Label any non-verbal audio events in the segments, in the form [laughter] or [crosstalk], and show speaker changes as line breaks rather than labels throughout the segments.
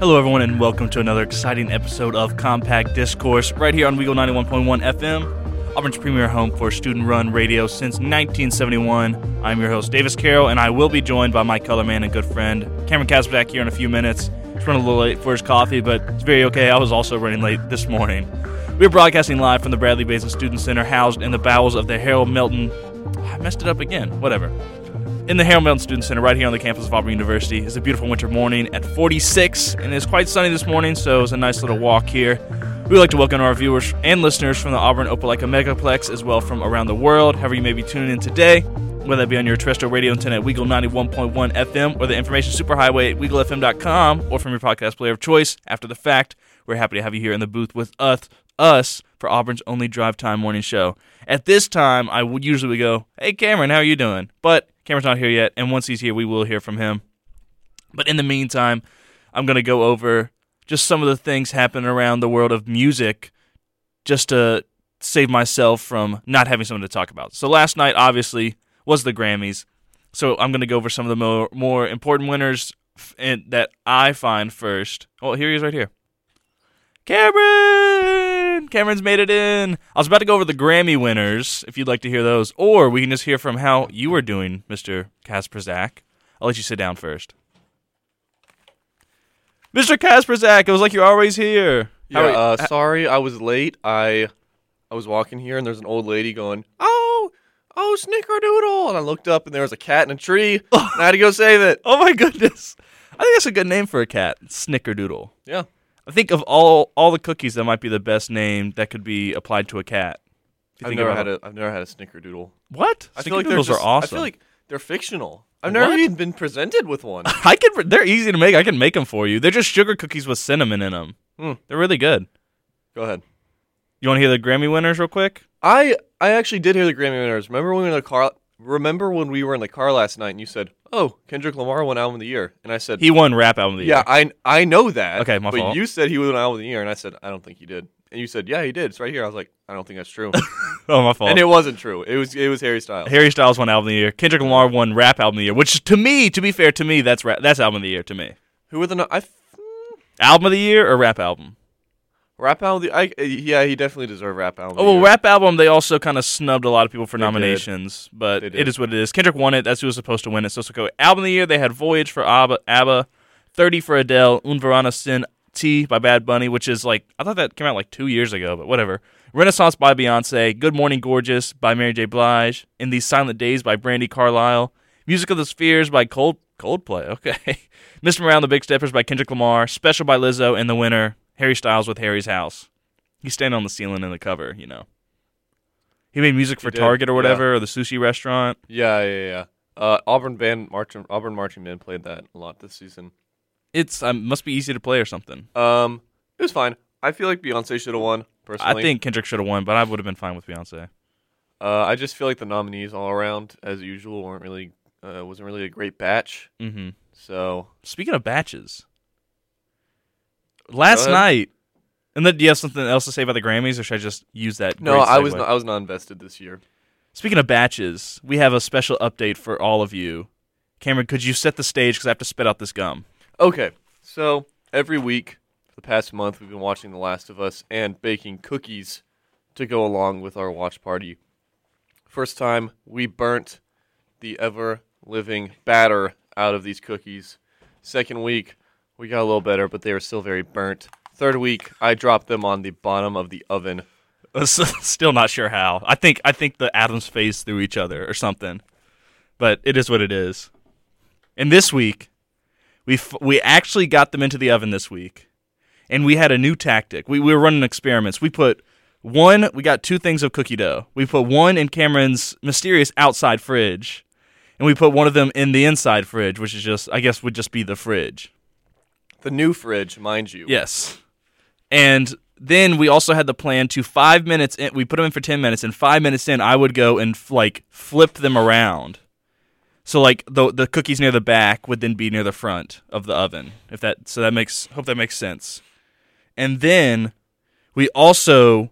Hello, everyone, and welcome to another exciting episode of Compact Discourse right here on Weagle 91.1 FM, Auburn's premier home for student run radio since 1971. I'm your host, Davis Carroll, and I will be joined by my color man and good friend, Cameron Kasback, here in a few minutes. He's running a little late for his coffee, but it's very okay. I was also running late this morning. We're broadcasting live from the Bradley Basin Student Center, housed in the bowels of the Harold Melton. I messed it up again. Whatever. In the Harold Melton Student Center, right here on the campus of Auburn University, it's a beautiful winter morning at 46, and it's quite sunny this morning, so it was a nice little walk here. We'd like to welcome our viewers and listeners from the Auburn Opelika Megaplex, as well from around the world, however you may be tuning in today, whether that be on your terrestrial radio antenna at Weagle 91.1 FM or the information superhighway at WeagleFM.com, or from your podcast player of choice after the fact. We're happy to have you here in the booth with us, us for Auburn's only drive time morning show. At this time, I would usually go, "Hey Cameron, how are you doing?" But Cameron's not here yet, and once he's here, we will hear from him. But in the meantime, I'm going to go over just some of the things happening around the world of music, just to save myself from not having something to talk about. So last night, obviously, was the Grammys. So I'm going to go over some of the more, more important winners f- and that I find first. Oh, here he is right here. Cameron! Cameron's made it in. I was about to go over the Grammy winners, if you'd like to hear those, or we can just hear from how you are doing, Mr. Kasperzak. I'll let you sit down first. Mr. Kasperzak, it was like you're always here.
Yeah,
How are you-
uh, sorry, I was late. I I was walking here and there's an old lady going, "Oh, oh, snickerdoodle!" And I looked up and there was a cat in a tree.
[laughs]
and I had to go save it.
oh my goodness. I think that's a good name for a cat, Snickerdoodle.
Yeah,
I think of all all the cookies, that might be the best name that could be applied to a cat. If you
I've
think
never
about
had
it.
a I've never had a snickerdoodle.
What?
I feel like they're
Snickerdoodles
just,
are awesome.
I feel like they're fictional. I've never
What?
even been presented
[laughs]
with one.
I can. They're easy to make. I can make them for you. They're just sugar cookies with cinnamon in them.
Hmm.
They're really good.
go ahead.
You want to hear the Grammy winners real quick?
I I actually did hear the Grammy winners. Remember when we were in the car? Remember when we were in the car last night and you said, "Oh, Kendrick Lamar won album of the year," and I said,
He won rap album of the
Yeah,
year. [laughs]
I I know that.
Okay, my
but
fault.
you said he was an album of the year, and I said I don't think he did. And you said, yeah, he did. It's right here. I was like, I don't think that's
[laughs]
true.
Oh my fault.
and it wasn't true. It was it was Harry Styles.
Harry Styles won album of the year. Kendrick Lamar won rap album of the year. Which to me, to be fair, to me that's rap, that's album of the year to me.
Who were the no- I f-
Album of the year or rap album?
rap album? of The, I, uh, yeah, he definitely deserved rap album. of
Oh
the
well,
year.
rap album. They also kind of snubbed a lot of people for
They did.
nominations, but
They
it
did.
is what it is. Kendrick won it. That's who was supposed to win it. So it's go album of the year. They had Voyage for ABBA, ABBA, Thirty for Adele, Un Verano Sin T by Bad Bunny, which is like I thought that came out like two years ago, but whatever. Renaissance by Beyonce, Good Morning Gorgeous by Mary J. Blige, In These Silent Days by Brandy Carlisle, Music of the Spheres by Cold Coldplay. [laughs] Okay, Mr. Around the Big Steppers by Kendrick Lamar, Special by Lizzo, and the winner Harry Styles with Harry's House. He's standing on the ceiling in the cover, you know. He made music for
did,
Target or
yeah.
whatever, or the sushi restaurant.
yeah, yeah, yeah. Uh, Auburn band marching Auburn marching band played that a lot this season.
It's um, must be easy to play or something.
Um, it was fine. I feel like Beyonce should have won personally.
I think Kendrick should have won, but I would have been fine with Beyonce.
Uh, I just feel like the nominees all around, as usual, weren't really uh, wasn't really a great batch.
hmm
So
Speaking of batches, last
ahead.
night, and then do you have something else to say about the Grammys, or should I just use that?
no,
great
I was
segue?
not, I was not invested this year.
Speaking of batches, we have a special update for all of you. Cameron, could you set the stage? Because I have to spit out this gum.
Okay, so every week for the past month, we've been watching The Last of Us and baking cookies to go along with our watch party. First time, we burnt the ever living batter out of these cookies. Second week, we got a little better, but they were still very burnt. Third week, I dropped them on the bottom of the oven.
[laughs] Still not sure how. I think I think the atoms phase through each other or something, but it is what it is. And this week, we f- we actually got them into the oven this week, and we had a new tactic. We we were running experiments. We put one. We got two things of cookie dough. We put one in Cameron's mysterious outside fridge, and we put one of them in the inside fridge, which is just I guess would just be the fridge.
The new fridge, mind you.
Yes. And then we also had the plan to five minutes in, we put them in for 10 minutes, and five minutes in, I would go and f- like flip them around. So like the the cookies near the back would then be near the front of the oven. If that so that makes hope that makes sense. And then we also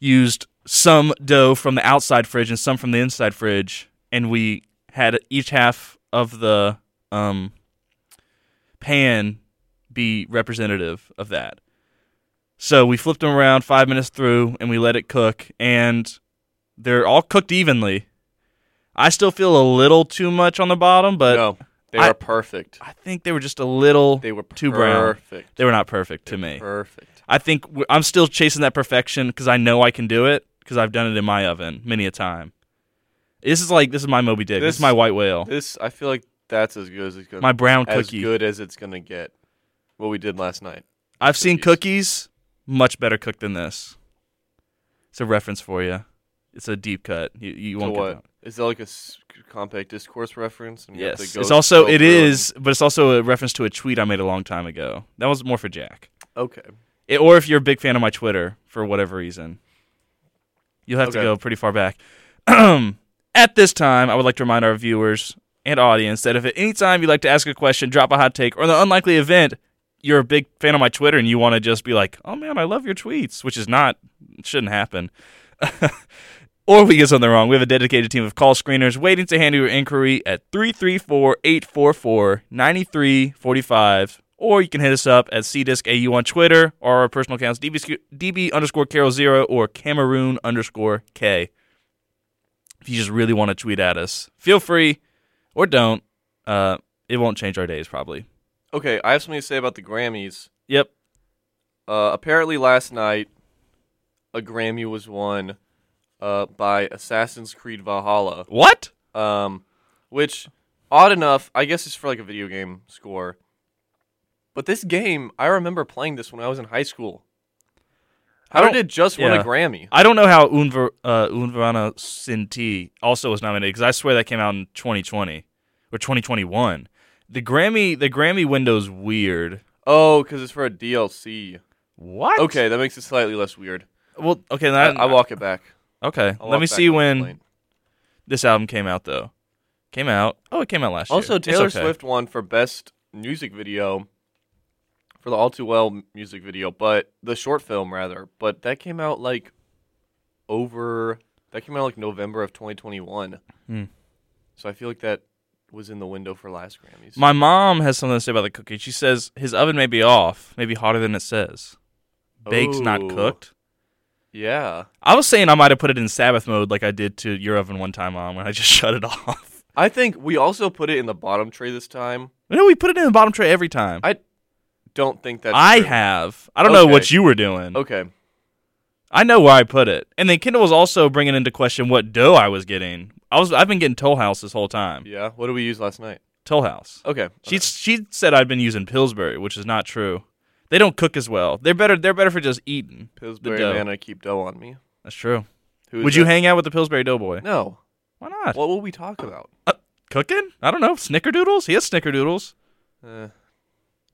used some dough from the outside fridge and some from the inside fridge, and we had each half of the um, pan be representative of that. So we flipped them around five minutes through and we let it cook, and they're all cooked evenly. I still feel a little too much on the bottom, but
no, they
I-
are perfect.
I think they were just a little.
They were
too brown.
perfect.
They were not perfect to me.
Perfect.
I think w- I'm still chasing that perfection because I know I can do it because I've done it in my oven many a time. This is like this is my Moby Dick. This,
This-
is my white whale.
This I feel like that's as good as it's gonna
my brown
as
cookie.
good as it's gonna get. What we did last night.
I've seen
cookies.
cookies much better cooked than this. It's a reference for you. It's a deep cut. You, you
So
won't get
what
that.
is that like a s- compact discourse reference? And we have to
Yes,
go
it's also
go
it
through and-
is, but it's also a reference to a tweet I made a long time ago. That was more for Jack,
okay.
It- or if you're a big fan of my Twitter for whatever reason, you'll have to
Okay.
go pretty far back. [clears throat] At this time, I would like to remind our viewers and audience that if at any time you'd like to ask a question, drop a hot take, or in the unlikely event you're a big fan of my Twitter and you want to just be like, "Oh man, I love your tweets," which is not it shouldn't happen. or we get something wrong. We have a dedicated team of call screeners waiting to handle your inquiry at 334-844-9345. Or you can hit us up at CDiscAU on Twitter or our personal accounts DB, DB underscore Carol Zero or Cameroon underscore K. If you just really want to tweet at us, feel free or don't. Uh, it won't change our days, probably.
Okay, I have something to say about the Grammys.
Yep.
Uh, apparently, last night, a Grammy was won uh, by Assassin's Creed Valhalla,
What?
um, which, odd enough, I guess is for like a video game score. But this game, I remember playing this when I was in high school.
I
How
don't-
did it just win
yeah.
a Grammy?
I don't know how Unver, uh, Unvarana Sinti also was nominated because I swear that came out in 2020 or 2021. The Grammy, the Grammy window's weird.
Oh, because it's for a DLC.
What?
Okay, that makes it slightly less weird.
Well, okay.
I,
Then I,
I walk it back.
Okay.
I'll
Let
walk
me
back
see
my
when
complaint.
this album came out, though. Came out. Oh, it came out last year.
Also,
It's
Taylor
okay.
Swift won for best music video for the All Too Well m- music video, but the short film rather. But that came out like over that came out like November of 2021.
Hmm.
So I feel like that was in the window for last Grammys.
My mom has something to say about the cookie. She says his oven may be off, maybe hotter than it says. Baked's not
Ooh.
cooked.
yeah,
I was saying I might have put it in Sabbath mode like I did to your oven one time, mom, when I just [laughs] shut it off.
I think we also put it in the bottom tray this time.
No, we put it in the bottom tray every time.
I don't think that's
I
true.
have. I don't know
Okay.
what you were doing.
Okay,
I know where I put it. And then Kendall was also bringing into question what dough I was getting. I was I've been getting Toll House this whole time.
yeah. Uh, What did we use last night?
Toll House.
Okay,
She she said I'd been using Pillsbury, which is not true. They don't cook as well. They're better. They're better for just eating.
Pillsbury
dough.
man, I keep dough on me.
That's true.
Who is
Would you
that?
hang out with the Pillsbury Doughboy?
No.
Why not?
What will we talk about?
Uh, cooking? I don't know. Snickerdoodles. He has snickerdoodles.
Uh,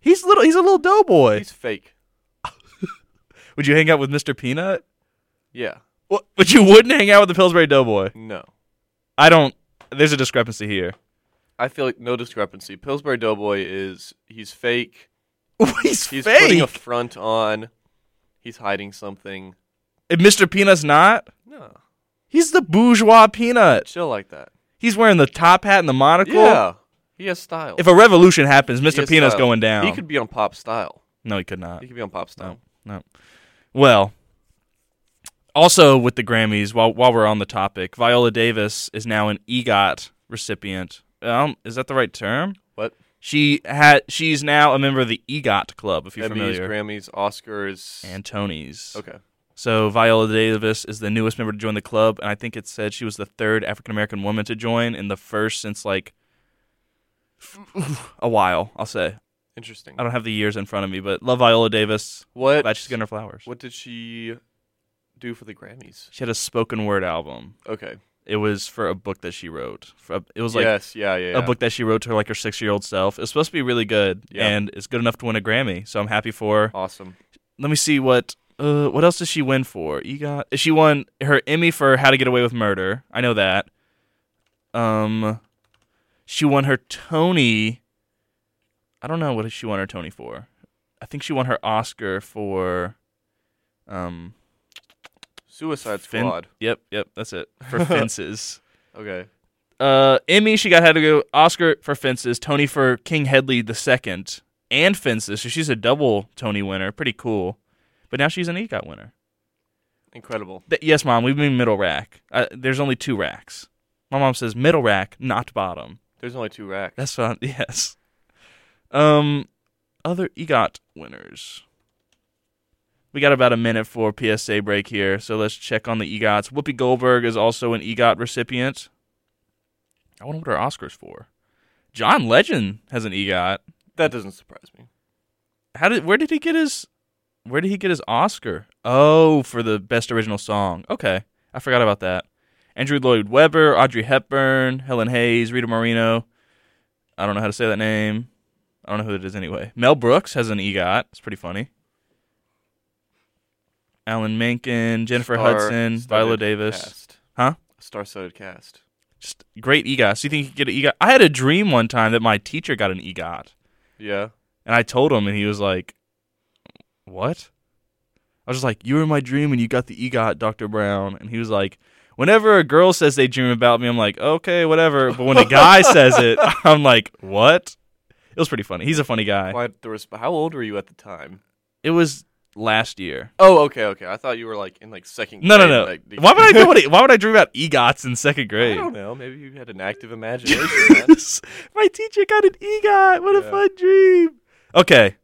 He's little. He's a little doughboy.
he's fake.
Would you hang out with Mr. Peanut?
Yeah.
What? But you wouldn't hang out with the Pillsbury Doughboy.
No.
I don't. There's a discrepancy here.
I feel like no discrepancy. Pillsbury Doughboy is he's fake.
he's
[laughs] He's
fake.
putting a front on. He's hiding something.
If Mr. Peanut's not,
No.
he's the bourgeois peanut.
Chill like that.
He's wearing the top hat and the monocle.
Yeah. He has style.
If a revolution happens,
He
Mr.
has
Peanut's
style.
going down. Oh.
He could be on pop style.
no, he could not.
He could be on pop style.
No. Well, also with the Grammys, while while we're on the topic, Viola Davis is now an EGOT recipient. Um, is that the right term?
What?
She had. She's now a member of the EGOT club. If you're
Emmys,
familiar,
Grammys, Oscars.
and Tonys.
okay.
So Viola Davis is the newest member to join the club, and I think it said she was the third African American woman to join, and the first since like [sighs] a while. I'll say
Interesting.
I don't have the years in front of me, but love Viola Davis.
What?
Glad she's getting her flowers.
What did she do for the Grammys?
She had a spoken word album.
Okay.
It was for a book that she wrote. For a- It was like
yes. Yeah. Yeah.
a
yeah.
book that she wrote to her like her six year old self. It's supposed to be really good,
Yeah.
and it's good enough to win a Grammy. So I'm happy for her.
Awesome.
Let me see what. Uh, what else does she win for? EGOT. She won her Emmy for How to Get Away with Murder. I know that. Um, she won her Tony. I don't know what she won her Tony for. I think she won her Oscar for, um,
Suicide
Fin-
Squad.
Yep, yep, that's it for fences.
Okay.
Uh, Emmy, she got had to go Oscar for fences, Tony for King Headley the second, and fences. So she's a double Tony winner. Pretty cool. But now she's an EGOT winner.
Incredible.
Th- yes, mom, we mean middle rack. Uh, there's only two racks. My mom says middle rack, not bottom.
There's only two racks.
That's fine. [laughs] Yes. Um, other EGOT winners. We got about a minute for PSA break here, so let's check on the EGOTs. Whoopi Goldberg is also an EGOT recipient. I wonder what her Oscars for. John Legend has an EGOT.
that doesn't surprise me.
How did where did he get his where did he get his Oscar? Oh, for the best original song. Okay. I forgot about that. Andrew Lloyd Webber, Audrey Hepburn, Helen Hayes, Rita Moreno. I don't know how to say that name. I don't know who it is anyway. Mel Brooks has an EGOT. It's pretty funny. Alan Menken, Jennifer Hudson, Viola
Viola
Davis. Huh?
Star-studded cast.
Just great EGOT. So you think you could get an EGOT? I had a dream one time that my teacher got an EGOT.
Yeah.
And I told him, and he was like, What? I was just like, You were in my dream, and you got the EGOT, Dr. Brown. And he was like, Whenever a girl says they dream about me, I'm like, Okay, whatever. But when a guy says it, [laughs] I'm like, What? It was pretty funny. He's a funny guy.
Why, there was, how old were you at the time?
It was last year.
Oh, okay, okay. I thought you were like in like second.
No, no,
grade,
no.
[laughs] like, the-
Why would I know what? Why would I dream about EGOTs in second
I
grade?
don't know. Maybe you had an active [laughs] imagination. man.
[laughs] My teacher got an EGOT. What a
Yeah.
fun dream. Okay.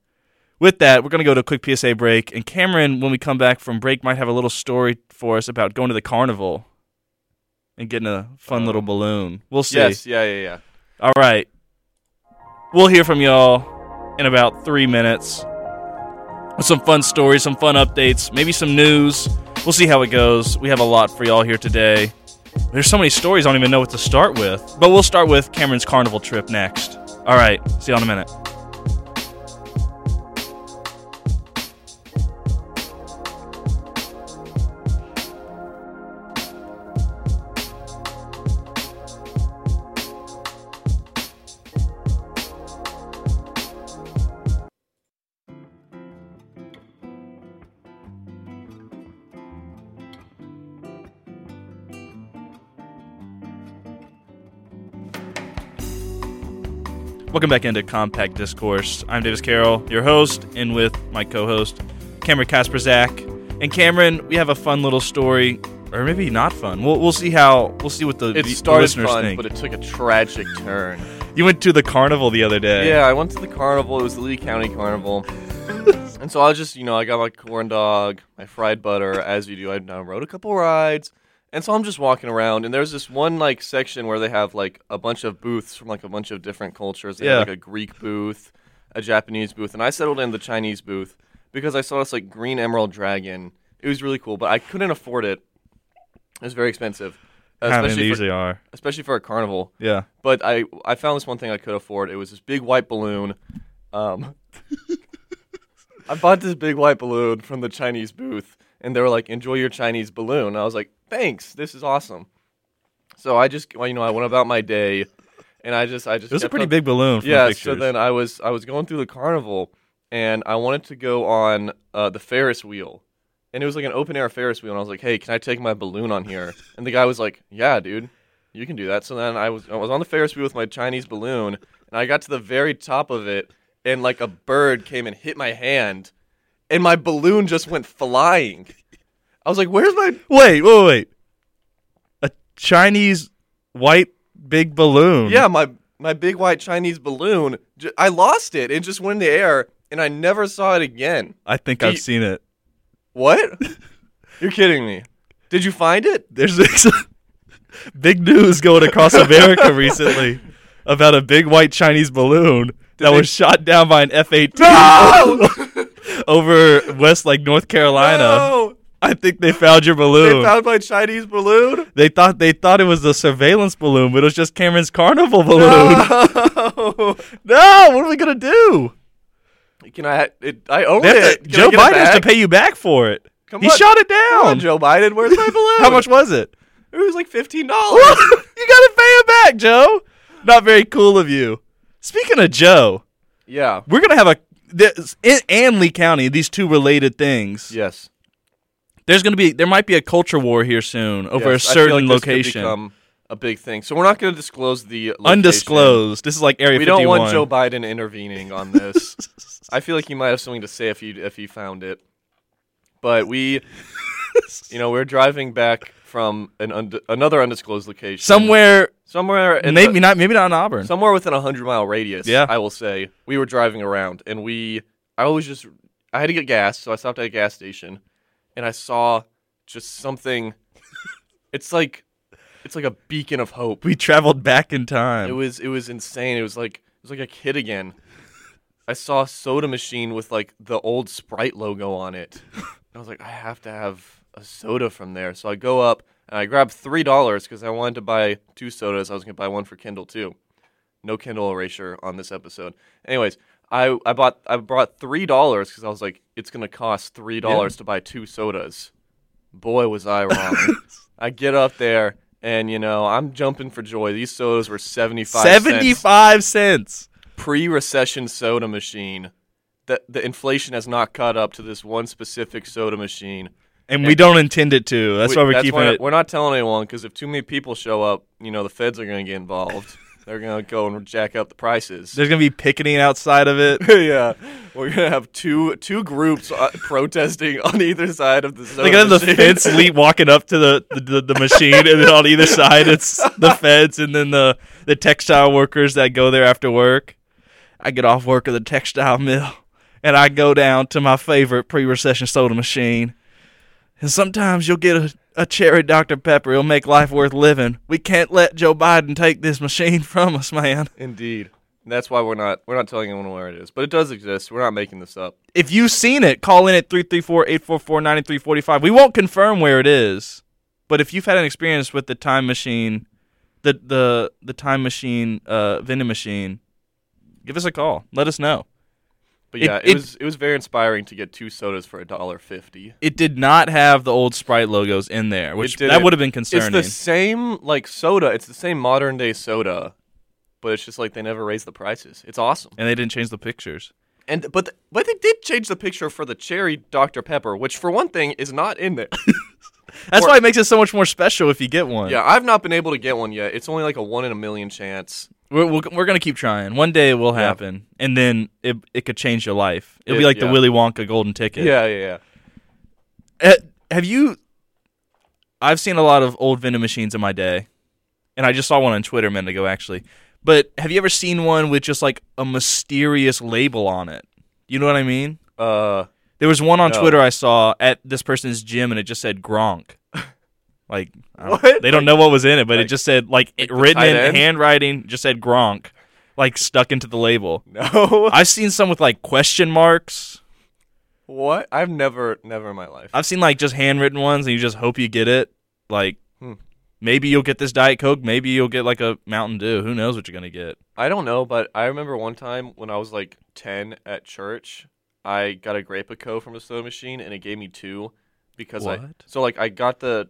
With that, we're going to go to a quick PSA break. And Cameron, when we come back from break, might have a little story for us about going to the carnival and getting a fun little balloon. We'll see.
Uh-huh. yes, yeah, yeah, yeah.
All right. We'll hear from y'all in about three minutes. With some fun stories, some fun updates, maybe some news. We'll see how it goes. We have a lot for y'all here today. There's so many stories, I don't even know what to start with. But we'll start with Cameron's carnival trip next. All right. See y'all in a minute. Welcome back into Compact Discourse. I'm Davis Carroll, your host, and with my co-host, Cameron Kasperzak. And Cameron, we have a fun little story, or maybe not fun. We'll, we'll see how we'll see what the,
It
the
started
listeners
fun,
think.
but it took a tragic turn.
you went to the carnival the other day.
Yeah, I went to the carnival. It was the Lee County Carnival. and so I just, you know, I got my corn dog, my fried butter, as you do. I, I rode a couple rides. And so I'm just walking around, and there's this one like section where they have like a bunch of booths from like a bunch of different cultures. They
Yeah.
had, like a Greek booth, a Japanese booth, and I settled in the Chinese booth because I saw this like green emerald dragon. It was really cool, but I couldn't afford it. It was very expensive,
I mean, they
especially for,
usually are.
especially for a carnival
Yeah.
but I I found this one thing I could afford. It was this big white balloon. Um, [laughs] I bought this big white balloon from the Chinese booth, and they were like, "Enjoy your Chinese balloon." And I was like, "Thanks, this is awesome." So I just well, you know I went about my day, and I just I just
It was a
kept
pretty
on-
big balloon. From
yeah.
pictures.
So then I was I was going through the carnival, and I wanted to go on uh, the Ferris wheel, and it was like an open air Ferris wheel. And I was like, "Hey, can I take my balloon on
[laughs]
here?" And the guy was like, "Yeah, dude, you can do that." So then I was I was on the Ferris wheel with my Chinese balloon, and I got to the very top of it, and like a bird came and hit my hand, and my balloon just went flying. I was like, "Where's my?"
wait, wait, wait. A Chinese white big balloon.
Yeah, my my big white Chinese balloon. J- I lost it. It just went in the air, and I never saw it again.
I think
Do
I've
you-
seen it.
What? [laughs] You're kidding me. Did you find [laughs] it?
there's this [laughs] big news going across
[laughs]
America recently about a big white Chinese balloon that
they-
was shot down by an F-18 [laughs] over West like North Carolina.
No!
I think they found your balloon.
They found my Chinese balloon?
They thought they thought it was a surveillance balloon, but it was just Cameron's carnival [laughs] [laughs] balloon.
No! [laughs]
No, what are we gonna do?
Can I it, I own
They have
it.
to-
Can I
Joe
get it
Biden has to
back?
pay you back for it.
Come
he
on.
shot it
Come
down.
on, Joe Biden,
[laughs]
where's my balloon?
How much was
[laughs]
it?
It was like fifteen dollars.
you gotta pay him back, Joe. Not very cool of you. Speaking of Joe,
yeah.
we're gonna have a this, in, and Lee County. These two related things.
Yes.
There's gonna be there might be a culture war here soon over
yes.
a
I feel
certain
like this could
location.
become a big thing. So we're not going to disclose the location.
Undisclosed. This is like Area
We
51.
don't want Joe Biden intervening on
[laughs]
this. I feel like he might have something to say if he if he found it. But we, you know, we're driving back from an und- another undisclosed location
Somewhere,
somewhere in
maybe
the-
not, maybe not in Auburn.
somewhere within a hundred mile radius.
Yeah.
I will say we were driving around and we I always just I had to get gas, so I stopped at a gas station, and I saw just something.
[laughs]
it's like it's like a beacon of hope.
we traveled back in time.
It was it was insane. It was like it was like a kid again. I saw a soda machine with like the old Sprite logo on it. I was like, I have to have a soda from there. So I go up and I grab three dollars because I wanted to buy two sodas. I was gonna buy one for Kindle too. No Kindle erasure on this episode. Anyways, I, I bought I brought three dollars because I was like, it's gonna cost three dollars to buy two sodas. Boy, was
[laughs]
I wrong. I get up there and you know I'm jumping for joy. These sodas were seventy five.
75 cents.
pre-recession soda machine. The the inflation has not caught up to this one specific soda machine.
And we don't intend it to. That's
We-
why we're keeping
why
it.
We're not telling anyone because if too many people show up, you know the feds are going to
[laughs]
get involved. They're going to go and jack up the prices.
There's going to be picketing outside of it.
[laughs] yeah, we're going to have two two groups uh, protesting [laughs] on either side of the soda
Like
[laughs]
have the
machine.
feds le- walking up to the, the, the, the machine, and then on either side it's the feds, and then the, the textile workers that go there after work. I get off work at the textile mill, and I go down to my favorite pre-recession soda machine. And sometimes you'll get a, a cherry Dr Pepper. It'll make life worth living. We can't let Joe Biden take this machine from us, man.
Indeed, And that's why we're not we're not telling anyone where it is, but it does exist. We're not making this up.
If you've seen it, call in at 334-844-9345. We won't confirm where it is, but if you've had an experience with the time machine, the the the time machine uh vending machine, give us a call. Let us know.
But
It-
yeah, it,
it-
was it was very inspiring to get two sodas for a dollar fifty.
It did not have the old Sprite logos in there, which
It didn't.
that would have been
It's
concerning.
the same like soda. It's the same modern day soda, but it's just like they never raise the prices. It's awesome.
and they didn't change the pictures.
And but th- but they did change the picture for the cherry Dr Pepper, which for one thing is not in there. [laughs]
That's
Or-
why it makes it so much more special if you get one.
yeah, I've not been able to get one yet. It's only like a one in a million chance.
We're, we're, we're going to keep trying. One day it will
Yeah.
happen, and then it, it could change your life. It'll be
It-
like
yeah.
the Willy Wonka golden ticket.
[laughs] Yeah, yeah, yeah.
Uh, have you? I've seen a lot of old vending machines in my day, and I just saw one on Twitter a minute ago, actually. But have you ever seen one with just like a mysterious label on it? You know what I mean?
Uh, [laughs]
There was one on
No.
Twitter I saw at this person's gym, and it just said Gronk. [laughs] Like I don't-
What?
they don't know what was in it, but
like-
it just said like it,
the
written
tight
in
end?
handwriting, just said Gronk, like stuck into the
[laughs]
label.
no.
I've seen some with like question marks.
what? I've never, never in my life.
I've seen like just handwritten ones, and you just hope you get it. Like,
Hmm.
maybe you'll get this Diet Coke, maybe you'll get like a Mountain Dew. Who knows what you're gonna get?
I don't know, but I remember one time when I was like 10 at church, I got a Grapeco from a soda machine and it gave me two because I
What?
so like I got the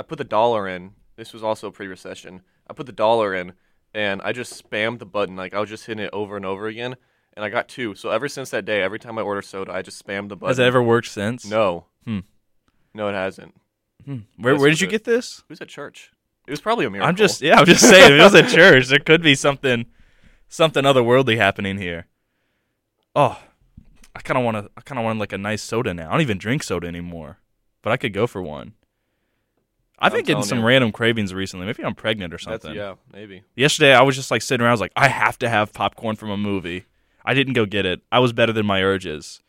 I put the dollar in. This was also pre-recession. I put the dollar in and I just spammed the button like I was just hitting it over and over again and I got two. So ever since that day, every time I order soda, I just spammed the button.
Has it ever worked since?
No.
Hmm.
No, it hasn't. It
Hmm. Where
That's
Where did you
good.
get this?
was at church. It was probably a miracle.
I'm just yeah, I'm just saying. if it was
[laughs]
a church. There could be something something otherworldly happening here. Oh, I kind of want to. I kind of want like a nice soda now. I don't even drink soda anymore, but I could go for one. I've been
I'm
getting
telling
some
you.
random cravings recently. Maybe I'm pregnant or
That's,
something.
yeah, maybe.
Yesterday, I was just like sitting around. I was like, I have to have popcorn from a movie. I didn't go get it. I was better than my urges,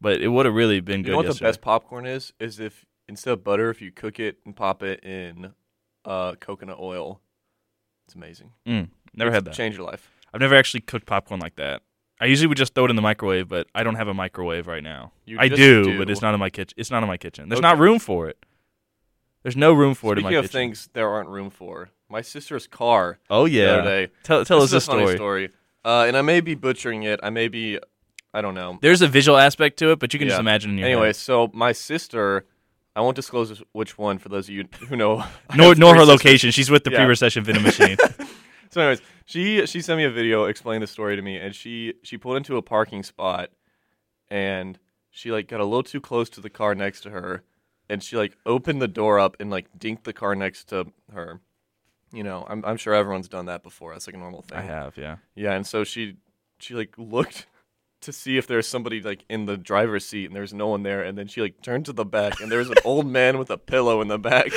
but it would have really been
You
good.
know what
yesterday.
the best popcorn is? Is if instead of butter, if you cook it and pop it in uh, coconut oil. It's amazing.
Mm, never had that.
Change your life.
I've never actually cooked popcorn like that. I usually would just throw it in the microwave, but I don't have a microwave right now.
You
I
just
do,
do.
but it's not in my kitchen. It's not in my kitchen. There's
Okay.
not room for it. There's no room for
Speaking
it in my
of
kitchen.
things there aren't room for, my sister's car
oh
the
yeah.
other day.
Tell tell us
this
this
is a funny
story.
story. Uh, and I may be butchering it. I may be, I don't know.
There's a visual aspect to it, but you can
Yeah.
just imagine in your
Anyway, so my sister, I won't disclose which one for those of you who know. I
head. nor
[laughs] have
nor
three
her
sisters.
location. She's with the
Yeah.
pre-recession
[laughs]
vending machine.
So, anyways, she she sent me a video, explained the story to me, and she she pulled into a parking spot, and she like got a little too close to the car next to her, and she like opened the door up and like dinked the car next to her, you know, I'm I'm sure everyone's done that before. That's like a normal thing.
I have, yeah.
Yeah, and so she she like looked to see if there's somebody like in the driver's seat and there's no one there and then she like turned to the back
[laughs]
and there's an old man with a pillow in the back.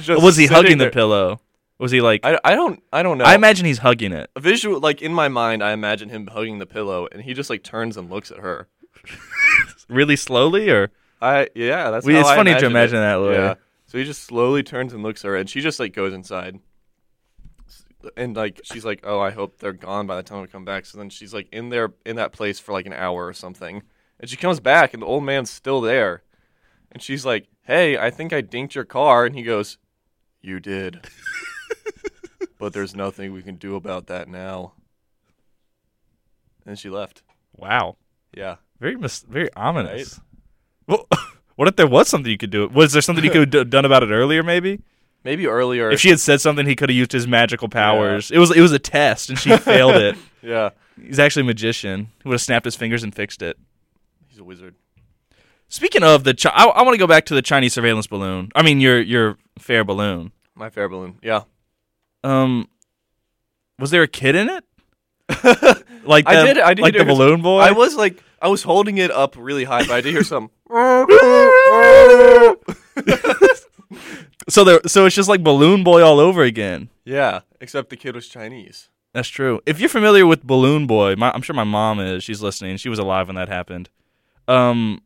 Just
was he hugging
sitting
the
there.
pillow? Was he like? I,
I, I don't I don't know.
imagine he's hugging it.
visual like in my mind I imagine him hugging the pillow and he just like turns and looks at her.
really slowly or
I yeah, that's
We-
how
it's
I
funny to
imagined it.
imagine that, Lawyer.
Yeah. So he just slowly turns and looks at her and she just like goes inside. S- And like she's like, "Oh, I hope they're gone by the time we come back." So then she's like in there in that place for like an hour or something. And she comes back and the old man's still there. And she's like, "Hey, I think I dinked your car." And he goes, "You did."
[laughs]
but there's nothing we can do about that now. And she left.
wow
Yeah.
very mis- very ominous well [laughs] what if there was something you could do was there something you could have done about it earlier maybe
Maybe earlier.
if she had said something he could have used his magical powers it was it was a test and [laughs] she failed it
yeah.
he's actually a magician he would have snapped his fingers and fixed it
He's a wizard.
speaking of the Chi- i, I want to go back to the chinese surveillance balloon i mean your your fair balloon
My fair balloon. Yeah.
um was there a kid in it [laughs] like
I
the-
did- I did
like the
hear-
balloon boy
I was like, I was holding it up really high, but I did hear some. [laughs]
so there so it's just like balloon boy all over again
yeah, except the kid was Chinese.
That's true. If you're familiar with Balloon Boy, my, I'm sure my mom is. She's listening. She was alive when that happened. Um,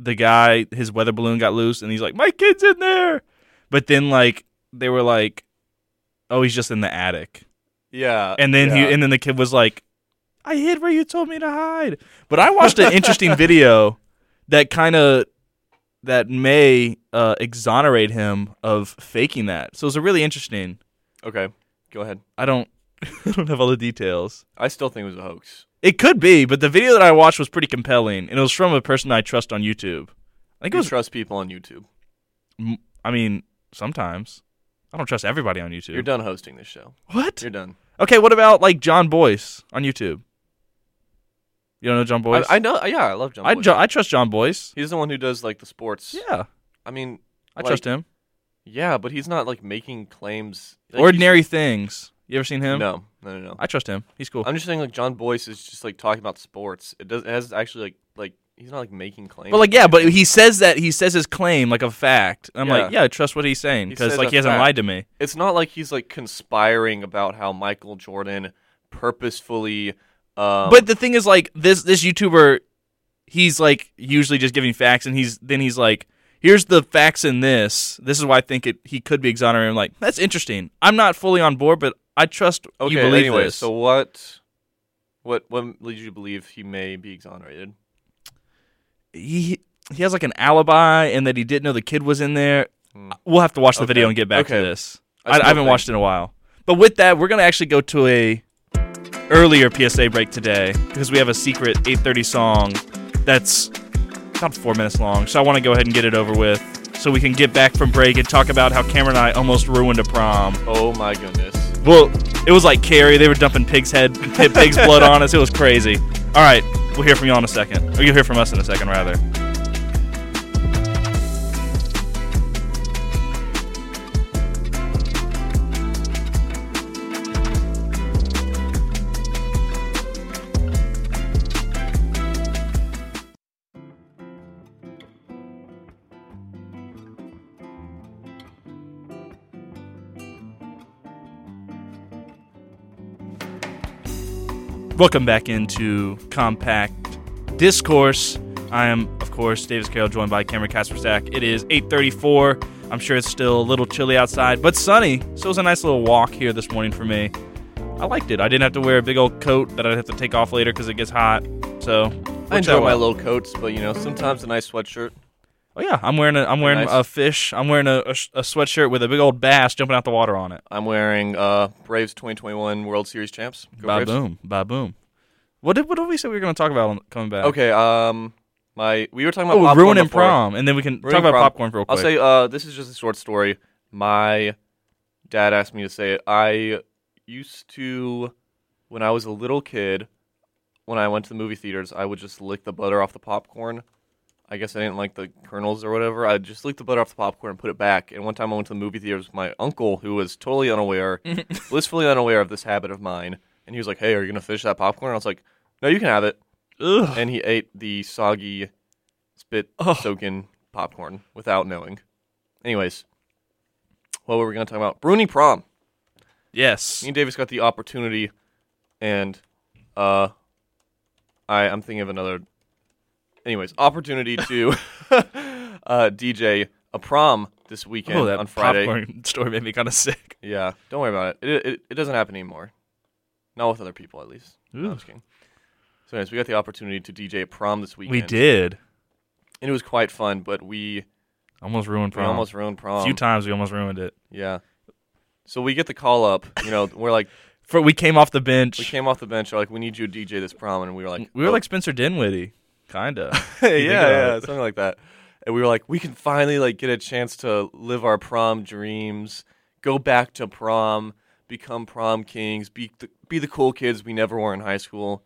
the guy, his weather balloon got loose, and he's like, "My kid's in there," but then like they were like, "Oh, he's just in the attic,"
Yeah,
and then
yeah.
he, and then the kid was like, "I hid where you told me to hide." But I watched an
[laughs]
interesting video that kind of that may uh, exonerate him of faking that. So it was a really interesting.
okay, go ahead.
I don't, [laughs] I don't have all the details.
I still think it was a hoax.
It could be, but the video that I watched was pretty compelling, and it was from a person I trust on YouTube. I think it
You
was.
trust people on YouTube.
m I I mean, sometimes I don't trust everybody on YouTube.
You're done hosting this show.
What?
You're done.
Okay, what about like John Boyce on YouTube? You don't know John
I,
Boyce?
I know. Yeah, I love John.
I,
Boyd.
ju- I trust John Boyce.
he's the one who does like the sports.
Yeah,
I mean,
I
like,
trust him.
Yeah, but he's not like making claims. Like,
Ordinary things. You ever seen
he's-
him?
No, no, no, no.
I trust him. He's cool.
I'm just saying, like John Boyce is just like talking about sports. It does. It has actually like like he's not like making claims.
But like, yeah, but he says that he says his claim like a fact. I'm like,
Yeah.
yeah, I trust what he's saying
He
because
says
like
a
he hasn't
fact.
lied to me.
it's not like he's like conspiring about how Michael Jordan purposefully. Um,
but the thing is like this this youtuber he's like usually just giving facts and he's then he's like here's the facts in this this is why i think it he could be exonerated i'm like that's interesting i'm not fully on board but i trust
okay,
you believe
anyway,
this
so what? What what leads you to believe he may be exonerated?
he he has like an alibi and that he didn't know the kid was in there
Hmm.
we'll have to watch the
Okay,
video and get back to
okay.
this
I
I, I
still
haven't
think-
watched it in a while but with that we're gonna actually go to a earlier psa break today because we have a secret 8.30 song that's about four minutes long, so I want to go ahead and get it over with so we can get back from break and talk about how Cameron and I almost ruined a prom.
Oh my goodness!
Well, it was like Carrie. They were dumping pig's head,
[laughs]
pig- pig's blood on us. It was crazy. All right, we'll hear from y'all in a second. Or you'll hear from us in a second, rather. Welcome back into Compact Discourse. I am, of course, Davis Carroll, joined by Cameron Kasperstack. It is 8:34. I'm sure it's still a little chilly outside, but sunny. So it was a nice little walk here this morning for me. I liked it. I didn't have to wear a big old coat that I'd have to take off later because it gets hot. So works
I enjoy
out
my
well.
little coats, but you know sometimes a nice sweatshirt.
Oh yeah, I'm wearing a I'm wearing
Nice.
a fish. I'm wearing a, a, sh- a sweatshirt with a big old bass jumping out the water on it.
I'm wearing uh, Braves 2021 World Series champs. Go
Ba
Braves.
boom, ba boom. What did what did we say we were going to talk about on, coming back?
Okay, um, my we were talking about
Oh,
popcorn
ruining
before.
prom, and then we can talk
Ruining
about
prom.
popcorn real quick.
I'll say uh, this is just a short story. My dad asked me to say it. I used to, when I was a little kid, when I went to the movie theaters, I would just lick the butter off the popcorn. I guess I didn't like the kernels or whatever. I just licked the butter off the popcorn and put it back. And one time I went to the movie theaters with my uncle, who was
[laughs]
totally unaware, blissfully unaware of this habit of mine. And he was like, "Hey, are you gonna finish that popcorn?" I was like, "No, you can have it."
Ugh.
[sighs] And he ate the
[sighs]
soggy,
Oh.
spit-soaking popcorn without knowing. Anyways, what were we gonna talk about? Bruni prom
Yes.
me and Davis got the opportunity, and uh, I I'm thinking of another. Anyways,
[laughs]
opportunity to [laughs] uh, DJ a prom this weekend
Oh, that
on Friday.
popcorn [laughs] story made me kind of sick.
Yeah, don't worry about it. It, it. it doesn't happen anymore, not with other people at least. No,
Ooh.
I'm just kidding. So, anyways, we got the opportunity to DJ a prom this weekend.
We did.
and it was quite fun. But we,
Almost ruined
we
prom.
almost ruined
a
prom.
few times we almost ruined it.
Yeah. So we get the call up. You know, we're like,
For we came off the bench.
we came off the bench. We're like, we need you to DJ this prom, and we were like,
We were
"Oh,
like Spencer Dinwiddie,
[laughs]
kinda.
yeah,
You think about
yeah,
it.
something like that. And we were like, we can finally like get a chance to live our prom dreams, go back to prom, become prom kings, be the, be the cool kids we never were in high school.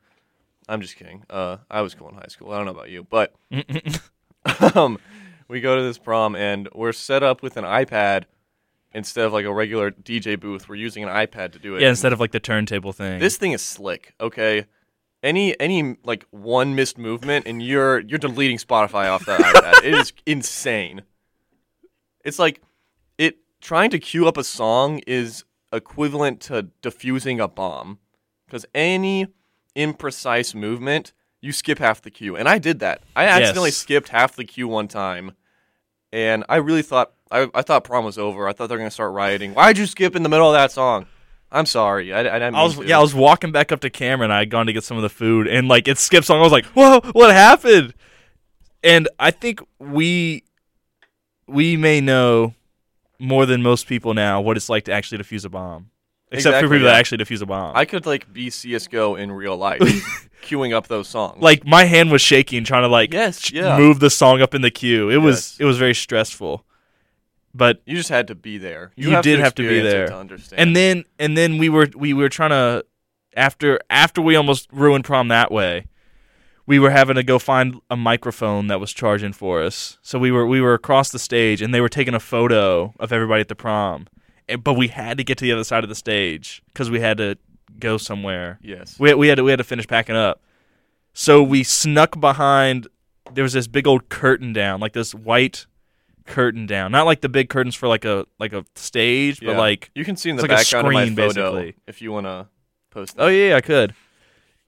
I'm just kidding. Uh, I was cool in high school. I don't know about you, but [laughs] um, we go to this prom and we're set up with an iPad instead of like a regular DJ booth. We're using an iPad to do it.
yeah, instead of like the turntable thing.
This thing is slick, okay? Any any like one missed movement and you're you're deleting Spotify off
[laughs]
that iPad. It is insane. It's like it trying to queue up a song is equivalent to diffusing a bomb cuz any imprecise movement you skip half the queue. And I did that. I accidentally
Yes.
skipped half the queue one time. And I really thought I, I thought prom was over. I thought they were going to start rioting. Why'd you skip in the middle of that song? I'm sorry. I, I, didn't
I was
mean to.
yeah, I was walking back up to Cameron. I had gone to get some of the food, and like it skips on. I was like, "Whoa, what happened?" And I think we we may know more than most people now what it's like to actually defuse a bomb, except for
Exactly,
people
yeah.
that actually defuse a bomb.
I could like be CS:GO in real life,
[laughs]
queuing up those songs.
like my hand was shaking trying to like
Yes,
sh-
yeah.
move the song up in the queue. It was
Yes.
it was very stressful. But
you just had to be there.
You did have to be
experience it
there.
to understand.
and then and then we were we were trying to after after we almost ruined prom that way we were having to go find a microphone that was charging for us so we were we were across the stage and they were taking a photo of everybody at the prom and, but we had to get to the other side of the stage because we had to go somewhere
yes,
we, we had to, we had to finish packing up so we snuck behind there was this big old curtain down like this white curtain down not like the big curtains for like a like a stage
Yeah.
but like
you can see in the
it's like a
background of my
screen,
photo
basically.
if you want to post. That.
Oh yeah, yeah, I could.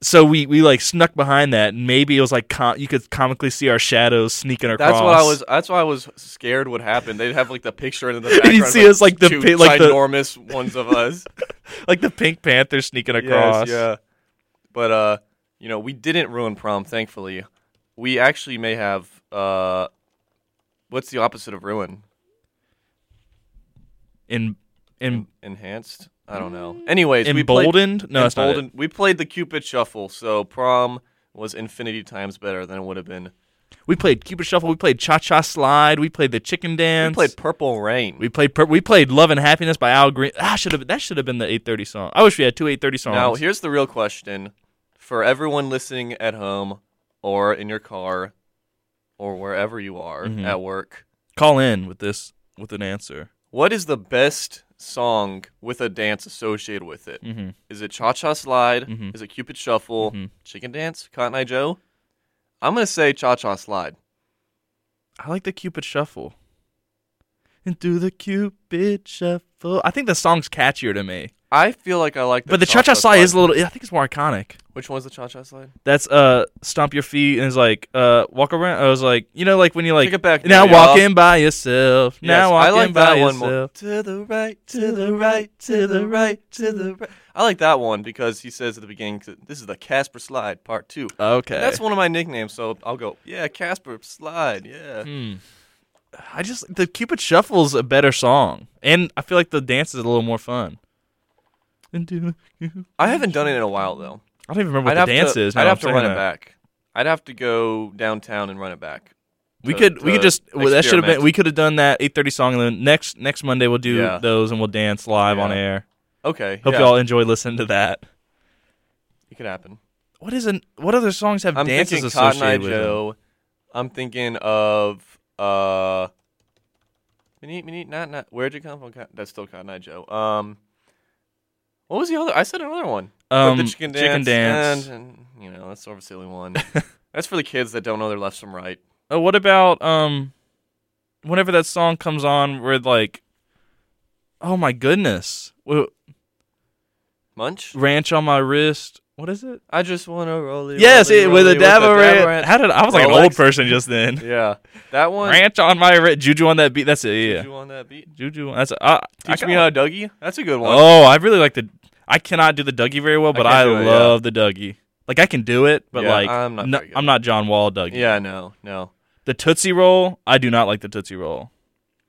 So we we like snuck behind that, and maybe it was like com- you could comically see our shadows sneaking across.
that's what I was. That's why I was scared would happen. They'd have like the picture
[laughs]
in the background.
you'd
of,
see us, like, the
two
pi- like the-
ginormous ones
[laughs]
of us.
like the Pink Panther sneaking
Yes,
across.
yeah. But uh, you know, we didn't ruin prom. Thankfully, we actually may have uh, what's the opposite of ruin?
In in
enhanced. I don't know. Anyways, we played
emboldened? no, that's not it.
Emboldened- We played the Cupid Shuffle, so prom was infinity times better than it would have been.
We played Cupid Shuffle. We played Cha Cha Slide. We played the Chicken Dance.
We played Purple Rain.
We played. Per- we played Love and Happiness by Al Green. Ah, should have that should have been the eight thirty song. I wish we had two eight thirty songs.
now, here's the real question for everyone listening at home or in your car or wherever you are
Mhm.
at work.
Call in with this with an answer.
What is the best song with a dance associated with it? Is
Mm-hmm.
it Cha Cha Slide?
Mhm.
Is it Cupid Shuffle?
Mhm.
Chicken Dance? Cotton Eye Joe? I'm going to say Cha Cha Slide.
I like the Cupid Shuffle. And do the Cupid Shuffle. I think the song's catchier to me.
I feel like I like the
But the cha cha slide is a little. I think it's more iconic.
Which one's the cha cha slide?
That's uh, stomp your feet and it's like uh, walk around. I was like, you know, like when you like
Take it back
now
now,
walking
y'all.
by yourself.
Yes,
now
I
walking
like
by
that one
yourself.
more. To the right, to the right, to the right, to the right. I like that one because he says at the beginning, "This is the Casper Slide Part 2.
Okay.
That's one of my nicknames, so I'll go. Yeah, Casper Slide. Yeah,
Hmm. I just the Cupid Shuffle's a better song, and I feel like the dance is a little more fun. And do- I
I haven't done it in a while though.
don't even remember what
I'd
the
have
dance
to,
is. now
I'd
I'm
have to
saying
run it
that.
back. I'd have to go downtown and run it back.
We
to-
could we
to
could just well, that should have been
experiment.
we could have done that eight thirty song and then next next Monday we'll do
Yeah.
those and we'll dance live on
Yeah.
air.
Okay,
Hope
yeah,
y'all enjoy listening to that.
It could happen.
What is an what other songs have
I'm
dances
thinking Cotton Eye
associated with them?
Joe. I'm thinking of uh, Minute, Minute, not not. Where'd you come from? Ka- That's still Cotton Eye Joe. Um, what was the other? I said another one.
Um,
But the chicken dance.
Chicken Dance.
And, and, you know, that's sort of a
[laughs]
silly one. that's for the kids that don't know their lefts from right.
Oh, what about um, whenever that song comes on, where like, oh my goodness, Wh-
Munch.
ranch on my wrist. What is it?
I just want to roll it.
Yes, it, with a dab of
dab
ranch. How did I was like an
Rolex.
old person just
[laughs]
then?
Yeah, that one.
ranch on my wrist. Juju on that beat. That's it.
Did
Yeah.
you on that beat?
Juju. That's uh, I
Teach
kinda-
me how, Dougie. That's a good one.
Oh, I really like the. I cannot do the Dougie very well, but
can't
I,
do it, yeah.
love the Dougie. Like I can do it, but
Yeah,
like
I'm not
no-
very good.
I'm not John Wall Dougie.
Yeah, no, no,
The Tootsie Roll, I do not like the Tootsie Roll.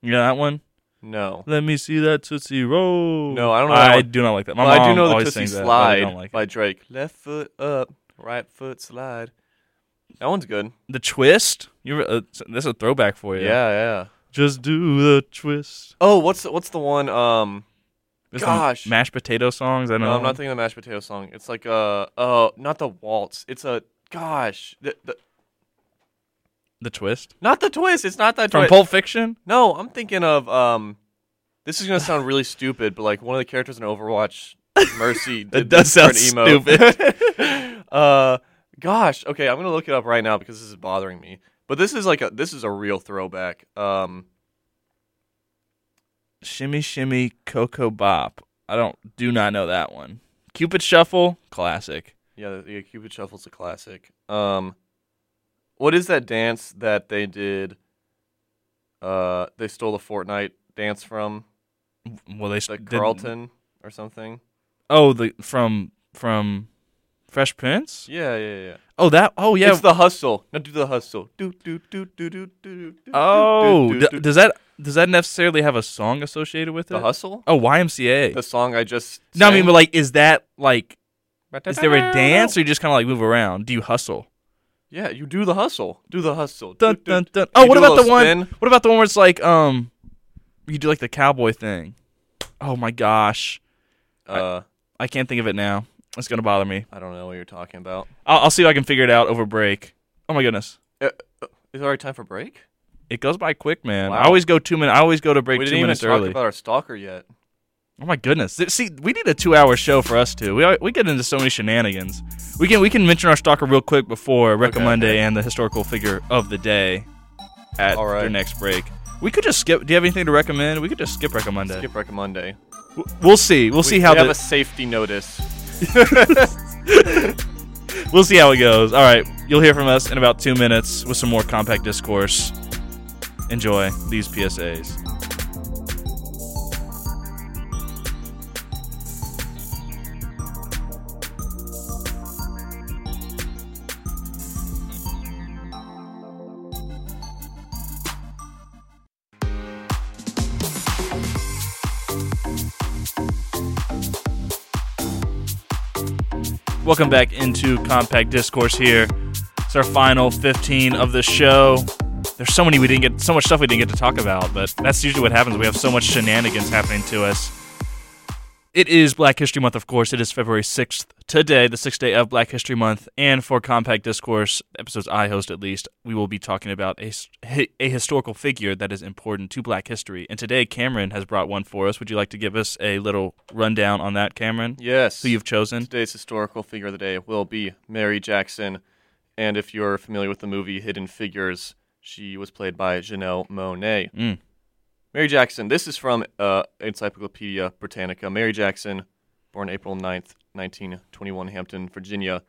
You know that one?
no.
Let me see that Tootsie Roll.
No, I don't know that
I
one.
do not like that. My
Well, I do
mom
know the
always
Tootsie
sings that, but I
Slide
don't like it.
by Drake. Left foot up, right foot slide. That one's good.
The twist. You uh, this is a throwback for
Yeah,
you.
yeah.
Just do the twist.
Oh, what's the, what's the one? Um,
There's some
Gosh.
mashed potato songs. I don't
no,
know.
I'm not thinking of the mashed potato song. It's like uh, uh, not the waltz. It's a gosh, the, the,
the twist
not the twist. It's not that
from
twist.
Pulp Fiction.
No, I'm thinking of um. This is gonna sound really stupid, but like one of the characters in Overwatch, Mercy.
[laughs] That
did
does
this for an
sound
emote. [laughs] uh, gosh. Okay, I'm gonna look it up right now because this is bothering me. But this is like a this is a real throwback. Um,
Shimmy Shimmy Coco Bop. I don't do not know that one. Cupid Shuffle, classic.
yeah, the, yeah, Cupid Shuffle's a classic. Um, what is that dance that they did? Uh, they stole the Fortnite dance from
Well, they s-
the
did-
Carlton or something.
Oh, the from from Fresh Prince.
Yeah, yeah, yeah.
Oh, that. Oh, yeah.
It's the hustle. Now do the hustle. Do do do do do do. do,
[laughs] oh,
do, do,
d-
do.
does that does that necessarily have a song associated with
the
it?
hustle.
Oh, YMCA.
The song I just.
no, I mean,
sang?
but like, is that like, is there a dance, or you just kind of like move around? Do you hustle?
Yeah, you do the hustle. Do the hustle. Do,
Dun,
do,
dun,
do.
dun. Oh,
You
what
do a
about the
little
one?
spin.
What about the one where it's like, um, you do like the cowboy thing? Oh my gosh,
Uh,
I can't think of it now. It's gonna bother me.
I don't know what you're talking about.
I'll, I'll see if I can figure it out over break. Oh my goodness,
Uh, uh, is it already time for break?
it goes by quick, man. I
Wow.
always go two minutes. I always go to break
we
two
didn't even
minutes
talk
early.
about our stalker yet.
Oh my goodness! Th- See, we need a two-hour show for us too. We al- we get into so many shenanigans. We can we can mention our stalker real quick before Recommende
okay.
and the historical figure of the day at
All right.
their next break. We could just skip. Do you have anything to recommend? We could just skip Recommende.
Skip Recommend Monday.
W- We'll see. We'll see
we,
how
we have
the,
a safety notice.
we'll see how it goes. All right, you'll hear from us in about two minutes with some more compact discourse. Enjoy these PSAs. Welcome back into Compact Discourse here. It's our final 15 of the show. There's so many we didn't get, so much stuff we didn't get to talk about, but that's usually what happens. We have so much shenanigans happening to us. It is Black History Month, of course. It is February 6th today, the sixth day of Black History Month. And for Compact Discourse, episodes I host at least, we will be talking about a, s- hi- a historical figure that is important to Black history. And today, Cameron has brought one for us. Would you like to give us a little rundown on that, Cameron?
Yes.
Who you've chosen?
Today's historical figure of the day will be Mary Jackson. And if you're familiar with the movie Hidden Figures, she was played by Janelle Monet.
Mm.
Mary Jackson, this is from uh, Encyclopedia Britannica. Mary Jackson, born April 9th, 1921, Hampton, Virginia,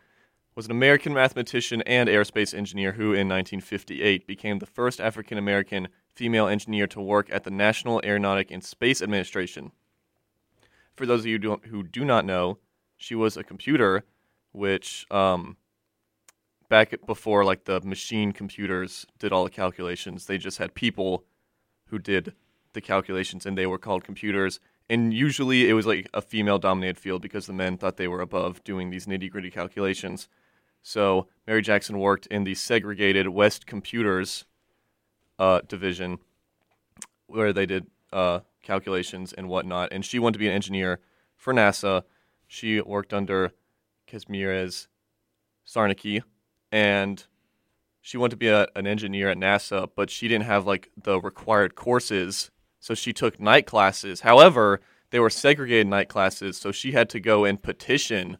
was an American mathematician and aerospace engineer who, in 1958, became the first African American female engineer to work at the National Aeronautic and Space Administration. For those of you do, who do not know, she was a computer, which um, back before like the machine computers did all the calculations, they just had people who did the calculations, and they were called computers. And usually, it was like a female-dominated field because the men thought they were above doing these nitty-gritty calculations. So Mary Jackson worked in the segregated West Computers uh, division, where they did uh, calculations and whatnot. And she wanted to be an engineer for NASA. She worked under Kazimierz Sarnacki, and she wanted to be a, an engineer at NASA, but she didn't have like the required courses, so she took night classes. However, they were segregated night classes, so she had to go and petition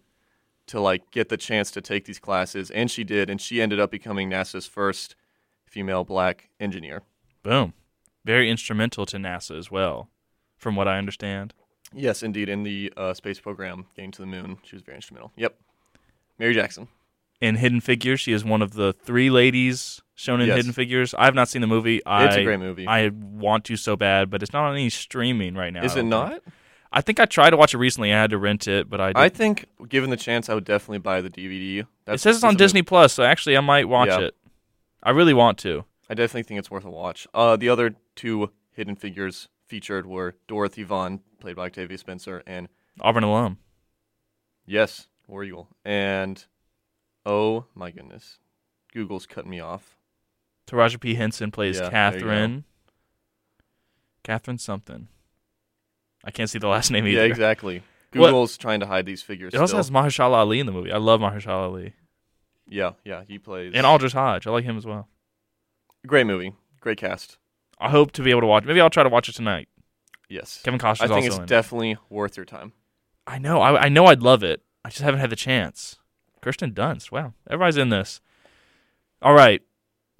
to like get the chance to take these classes, and she did, and she ended up becoming NASA's first female black engineer.
Boom. Very instrumental to NASA as well, from what I understand.
Yes, indeed, in the uh, space program, getting to the moon, she was very instrumental. Yep, Mary Jackson.
In Hidden Figures, she is one of the three ladies shown in
Yes.
Hidden Figures. I have not seen the movie. I,
It's a great movie.
I want to so bad, but it's not on any streaming right now. I
Is it
don't
not?
think. I think I tried to watch it recently. I had to rent it, but I did.
I think, given the chance, I would definitely buy the DVD.
it says it's on
a movie-
Disney Plus, so actually I might watch
Yeah.
it. I really want to.
I definitely think it's worth a watch. Uh, the other two hidden figures featured were Dorothy Vaughn, played by Octavia Spencer, and
Auburn alum.
yes, War Eagle. And oh my goodness, Google's cutting me
[laughs]
off.
Taraji P. Henson plays
Yeah, there you go.
Catherine. Catherine something. I can't see the last name either.
Yeah, exactly.
What-
Google's trying to hide these figures.
It also
still.
has Mahershala Ali in the movie. I love Mahershala Ali
yeah, yeah, he plays.
and Aldous Hodge. I like him as well.
great movie, great cast.
I hope to be able to watch. Maybe I'll try to watch it tonight.
Yes,
Kevin Costner's
I think
also
it's
in.
definitely worth your time.
I know. I, I know. I'd love it. I just haven't had the chance. Kirsten Dunst. Wow, everybody's in this. All right.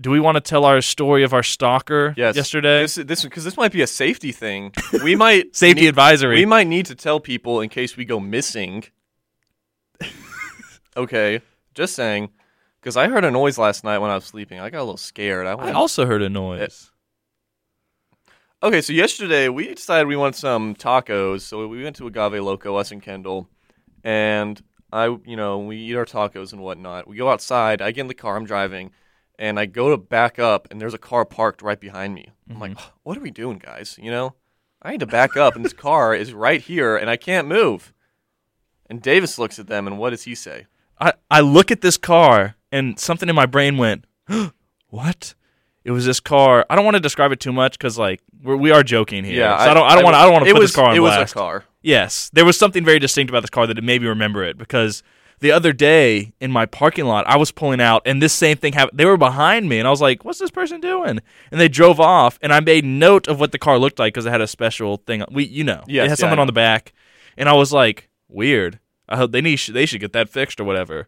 Do we want to tell our story of our stalker
Yes,
yesterday?
This this because this might be a safety thing. We [laughs] might
Safety
need-
advisory.
We might need to tell people in case we
[laughs]
go missing. okay, just saying, because I heard a noise last night when I was sleeping. I got a little scared. I
I
went,
also heard a noise.
okay, so yesterday we decided we wanted some tacos, so we went to Agave Loco, us and Kendall, and I, you know, we eat our tacos and whatnot. We go outside. I get in the car. I'm driving, and I go to back up, and there's a car parked right behind me. I'm like,
Mm-hmm.
what are we doing, guys? You know, I need to back up, and this car [laughs] is right here, and I can't move. And Davis looks at them, and what does he say?
I, I look at this car and something in my brain went, [gasps] "What?" It was this car. I don't want to describe it too much because like we're, we are joking here. so I, don't. I don't want. I don't want to
it
put
was,
this car on
It
blast.
was a car.
Yes, there was something very distinct about this car that it made me remember it because the other day in my parking lot, I was pulling out and this same thing happened. They were behind me and I was like, "What's this person doing?" And they drove off, and I made note of what the car looked like because it had a special thing. We, you know,
Yes,
it
yeah,
had something
I
on the back, and I was like, "Weird. I hope they need. They should get that fixed or whatever."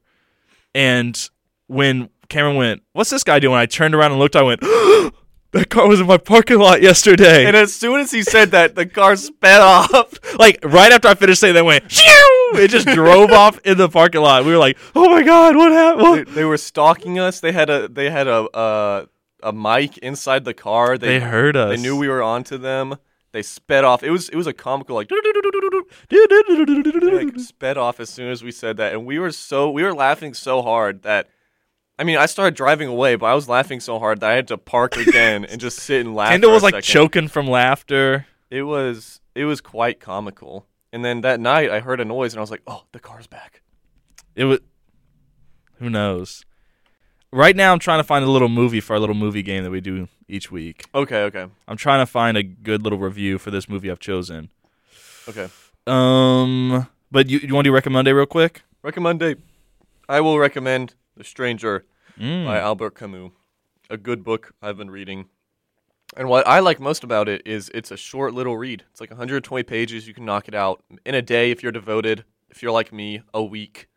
And when Cameron went, "What's this guy doing?" I turned around and looked. I went, [gasps] "That car was in my parking lot yesterday."
And as soon as he said that, the car sped [laughs] off.
like right after I finished saying that, it went "Shoo!" it just
[laughs]
drove off in the parking lot. We were like, "Oh my god, what
they,
happened?"
they were stalking us. They had a they had a uh, a mic inside the car.
They,
They
heard us.
they knew
[laughs]
we were onto them. They sped off. It was it was a comical like they,
[laughs]
like sped off as soon as we said that, and we were so we were laughing so hard that. I mean, I started driving away, but I was laughing so hard that I had to park again and just sit and laugh.
Kendall
for
was
a
like
second.
choking from laughter.
It was it was quite comical. And then that night, I heard a noise, and I was like, "Oh, the car's back."
It was. Who knows? Right now, I'm trying to find a little movie for our little movie game that we do each week.
Okay, okay,
I'm trying to find a good little review for this movie I've chosen.
okay.
Um, but you you want to do recommend it real quick?
Recommend a- I will recommend The Stranger
Mm.
by Albert Camus. A good book I've been reading. And what I like most about it is it's a short little read. It's like 120 pages. You can knock it out in a day if you're devoted. If you're like me, a week.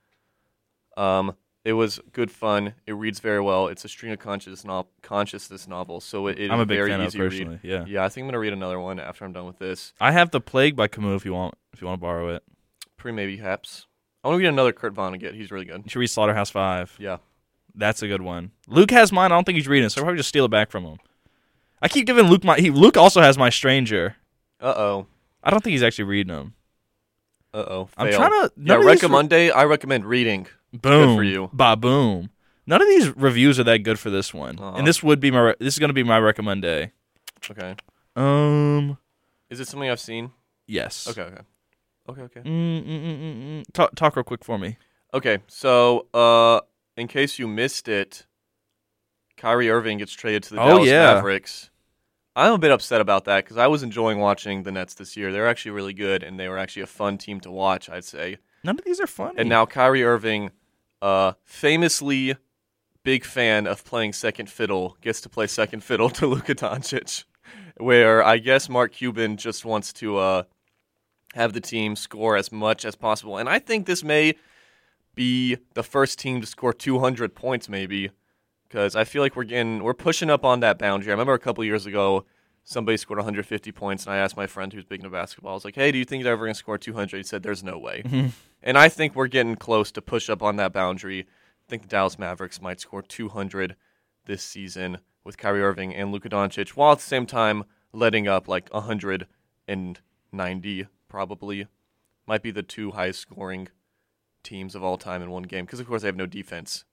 Um, it was good fun. It reads very well. It's a string of conscious no- consciousness novel, so it, it is
I'm a big
very
fan of it
easy to read.
personally. Yeah.
Yeah, I think I'm gonna read another one after I'm done with this.
I have the Plague by Camus if you want if you want to borrow it.
Pre maybe haps. I want to read another Kurt Vonnegut. He's really good.
You should read Slaughterhouse Five.
Yeah.
That's a good one. Luke has mine. I don't think he's reading, it, so I'll probably just steal it back from him. I keep giving Luke my. He, Luke also has my Stranger.
Uh oh.
I don't think he's actually reading them.
Uh oh.
I'm trying to.
Yeah,
none of these
recommend day. I recommend reading.
re- boom.
for you.
Ba boom. None of these reviews are that good for this one,
Aw.
and this would be my. Re- this is gonna be my recommend day.
Okay.
Um.
Is it something I've seen?
Yes.
Okay. Okay. Okay. Okay.
Mm, mm, mm, mm, mm. Talk, talk real quick for me.
Okay. So, uh, in case you missed it, Kyrie Irving gets traded to the
Oh,
Dallas
yeah.
Mavericks. I'm a bit upset about that because I was enjoying watching the Nets this year. They were actually really good, and they were actually a fun team to watch. I'd say.
None of these are funny.
And now Kyrie Irving, uh, famously big fan of playing second fiddle gets to play second fiddle to [laughs] Luka Doncic, where I guess Mark Cuban just wants to uh, have the team score as much as possible. And I think this may be the first team to score 200 points, maybe, because I feel like we're getting we're pushing up on that boundary. I remember a couple years ago. Somebody scored 150 points, and I asked my friend who's big into basketball. I was like, "Hey, do you think they're ever going to score 200?" He said, "There's no way." And I think we're getting close to push up on that boundary. I think the Dallas Mavericks might score 200 this season with Kyrie Irving and Luka Doncic, while at the same time letting up like 190 probably. Might be the two highest scoring teams of all time in one game because, of course, they have no defense.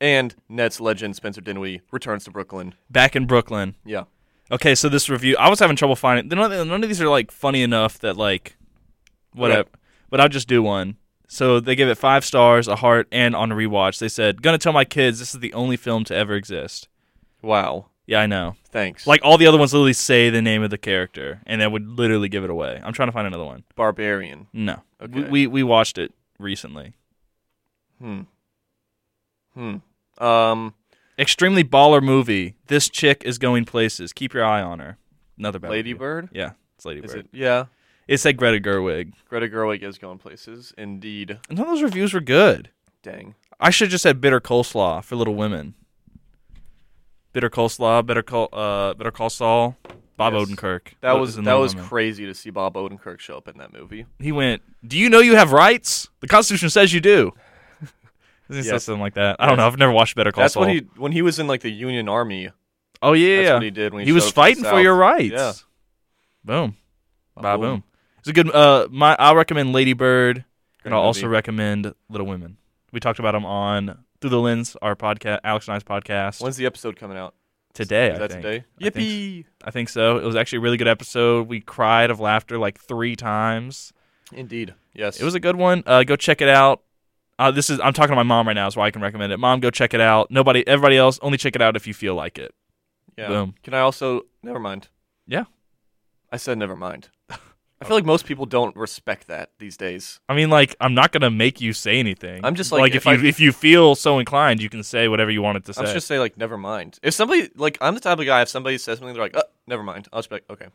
And Nets legend Spencer Dinwiddie returns to Brooklyn.
Back in Brooklyn.
Yeah.
Okay, so this review, I was having trouble finding. None of, none of these are like funny enough that like, whatever.
Okay.
But I'll just do one. So they give it five stars, a heart, and on rewatch, they said, "Gonna tell my kids this is the only film to ever exist."
Wow.
Yeah, I know.
Thanks.
Like all the other ones, literally say the name of the character, and that would literally give it away. I'm trying to find another one.
Barbarian.
No, we,
Okay.
we we watched it recently.
Hmm. Hmm. Um.
Extremely baller movie. This chick is going places. Keep your eye on her. Another bad
Lady
review.
Bird?
Yeah, it's Lady
Is
Bird.
it? Yeah.
It said Greta Gerwig.
Greta Gerwig is going places. Indeed.
None of those reviews were good.
Dang.
I should have just had bitter coleslaw for Little Women. Bitter coleslaw, bitter col, uh, bitter call Saul, Bob
Yes.
Odenkirk.
That
What
was
is in
that
Little
was
Women.
crazy to see Bob Odenkirk show up in that movie.
He went. Do you know you have rights? The Constitution says you do. [laughs] Doesn't he say
Yes.
something like that? I don't know. I've never watched Better Call
that's
Saul.
when he when he was in like the Union Army.
oh yeah,
That's
yeah.
what he did when he,
He was
showed up to the
fighting for
South.
your rights.
Yeah.
Boom. Ba
Ba-boom.
boom. It's a good. Uh, my I'll recommend Lady Bird, and
Great
I'll also
movie.
recommend Little Women. We talked about them on Through the Lens, our podcast, Alex and I's podcast
When's the episode coming out?
today.
Is
I
that
think.
today?
I think
Yippee!
I think so. It was actually a really good episode. We cried of laughter like three times.
Indeed. Yes.
It was a good one. Uh, go check it out. Uh, this is I'm talking to my mom right now, so I can recommend it. Mom, go check it out. Nobody, everybody else, only check it out if you feel like it.
yeah.
boom.
Can I also? Never mind.
Yeah.
I said never mind. [laughs] I feel like most people don't respect that these days.
I mean, like I'm not gonna make you say anything.
I'm just like,
like if,
if I-
you if you feel so inclined, you can say whatever you wanted to
I'm
say.
just gonna say like never mind. If somebody like I'm the type of guy if somebody says something they're like uh, never mind. I'll just be like okay.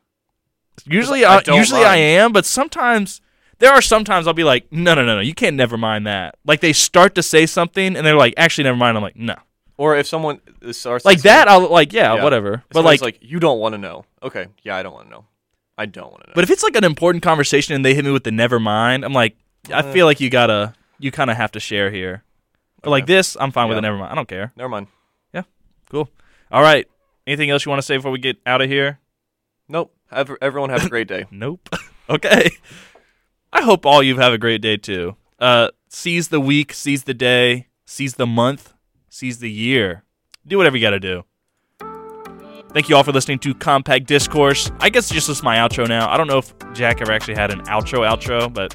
usually,
I
I,
don't
usually I
mind.
am, but sometimes there are sometimes I'll be like, no, no, no, no, you can't never mind that. Like they start to say something and they're like, actually, never mind. I'm like, no,
Or if someone is sarcastic-
like that. I'll like, yeah,
Yeah.
whatever.
if
But
somebody's
like,
like you don't want to know. Okay. Yeah, I don't want to know. I don't want to know.
But if it's like an important conversation and they hit me with the never mind, I'm like, I
Uh.
feel like you gotta, you kind of have to share here. But like
Okay.
this, I'm fine with the
Yeah.
never mind. I don't care.
never mind.
Cool. All right. Anything else you want to say before we get out of here?
Nope. Have, everyone have a great day.
Nope. [laughs] okay. I hope all you have a great day too. Uh, seize the week, seize the day, seize the month, seize the year. Do whatever you gotta do. Thank you all for listening to Compact Discourse. I guess just this is my outro now. I don't know if Jack ever actually had an outro outro, but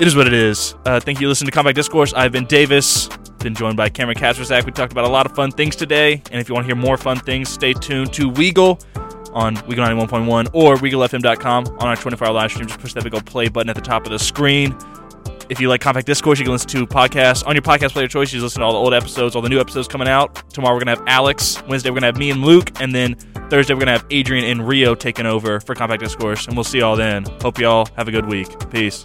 it is what it is. Uh, thank you for listening to Compact Discourse. I've been Davis, been joined by Cameron Kasperzak. We talked about a lot of fun things today, and if you want to hear more fun things, stay tuned to Weagle on Weagle 91.1 or WeagleFM.com on our 24-hour live stream. Just push that big old play button at the top of the screen. If you like Compact Discourse, you can listen to podcasts on your podcast player of choice. You can listen to all the old episodes, all the new episodes coming out. Tomorrow we're gonna have Alex. Wednesday we're gonna have me and Luke, and then Thursday we're gonna have Adrian and Rio taking over for Compact Discourse. And we'll see y'all then. Hope y'all have a good week. Peace.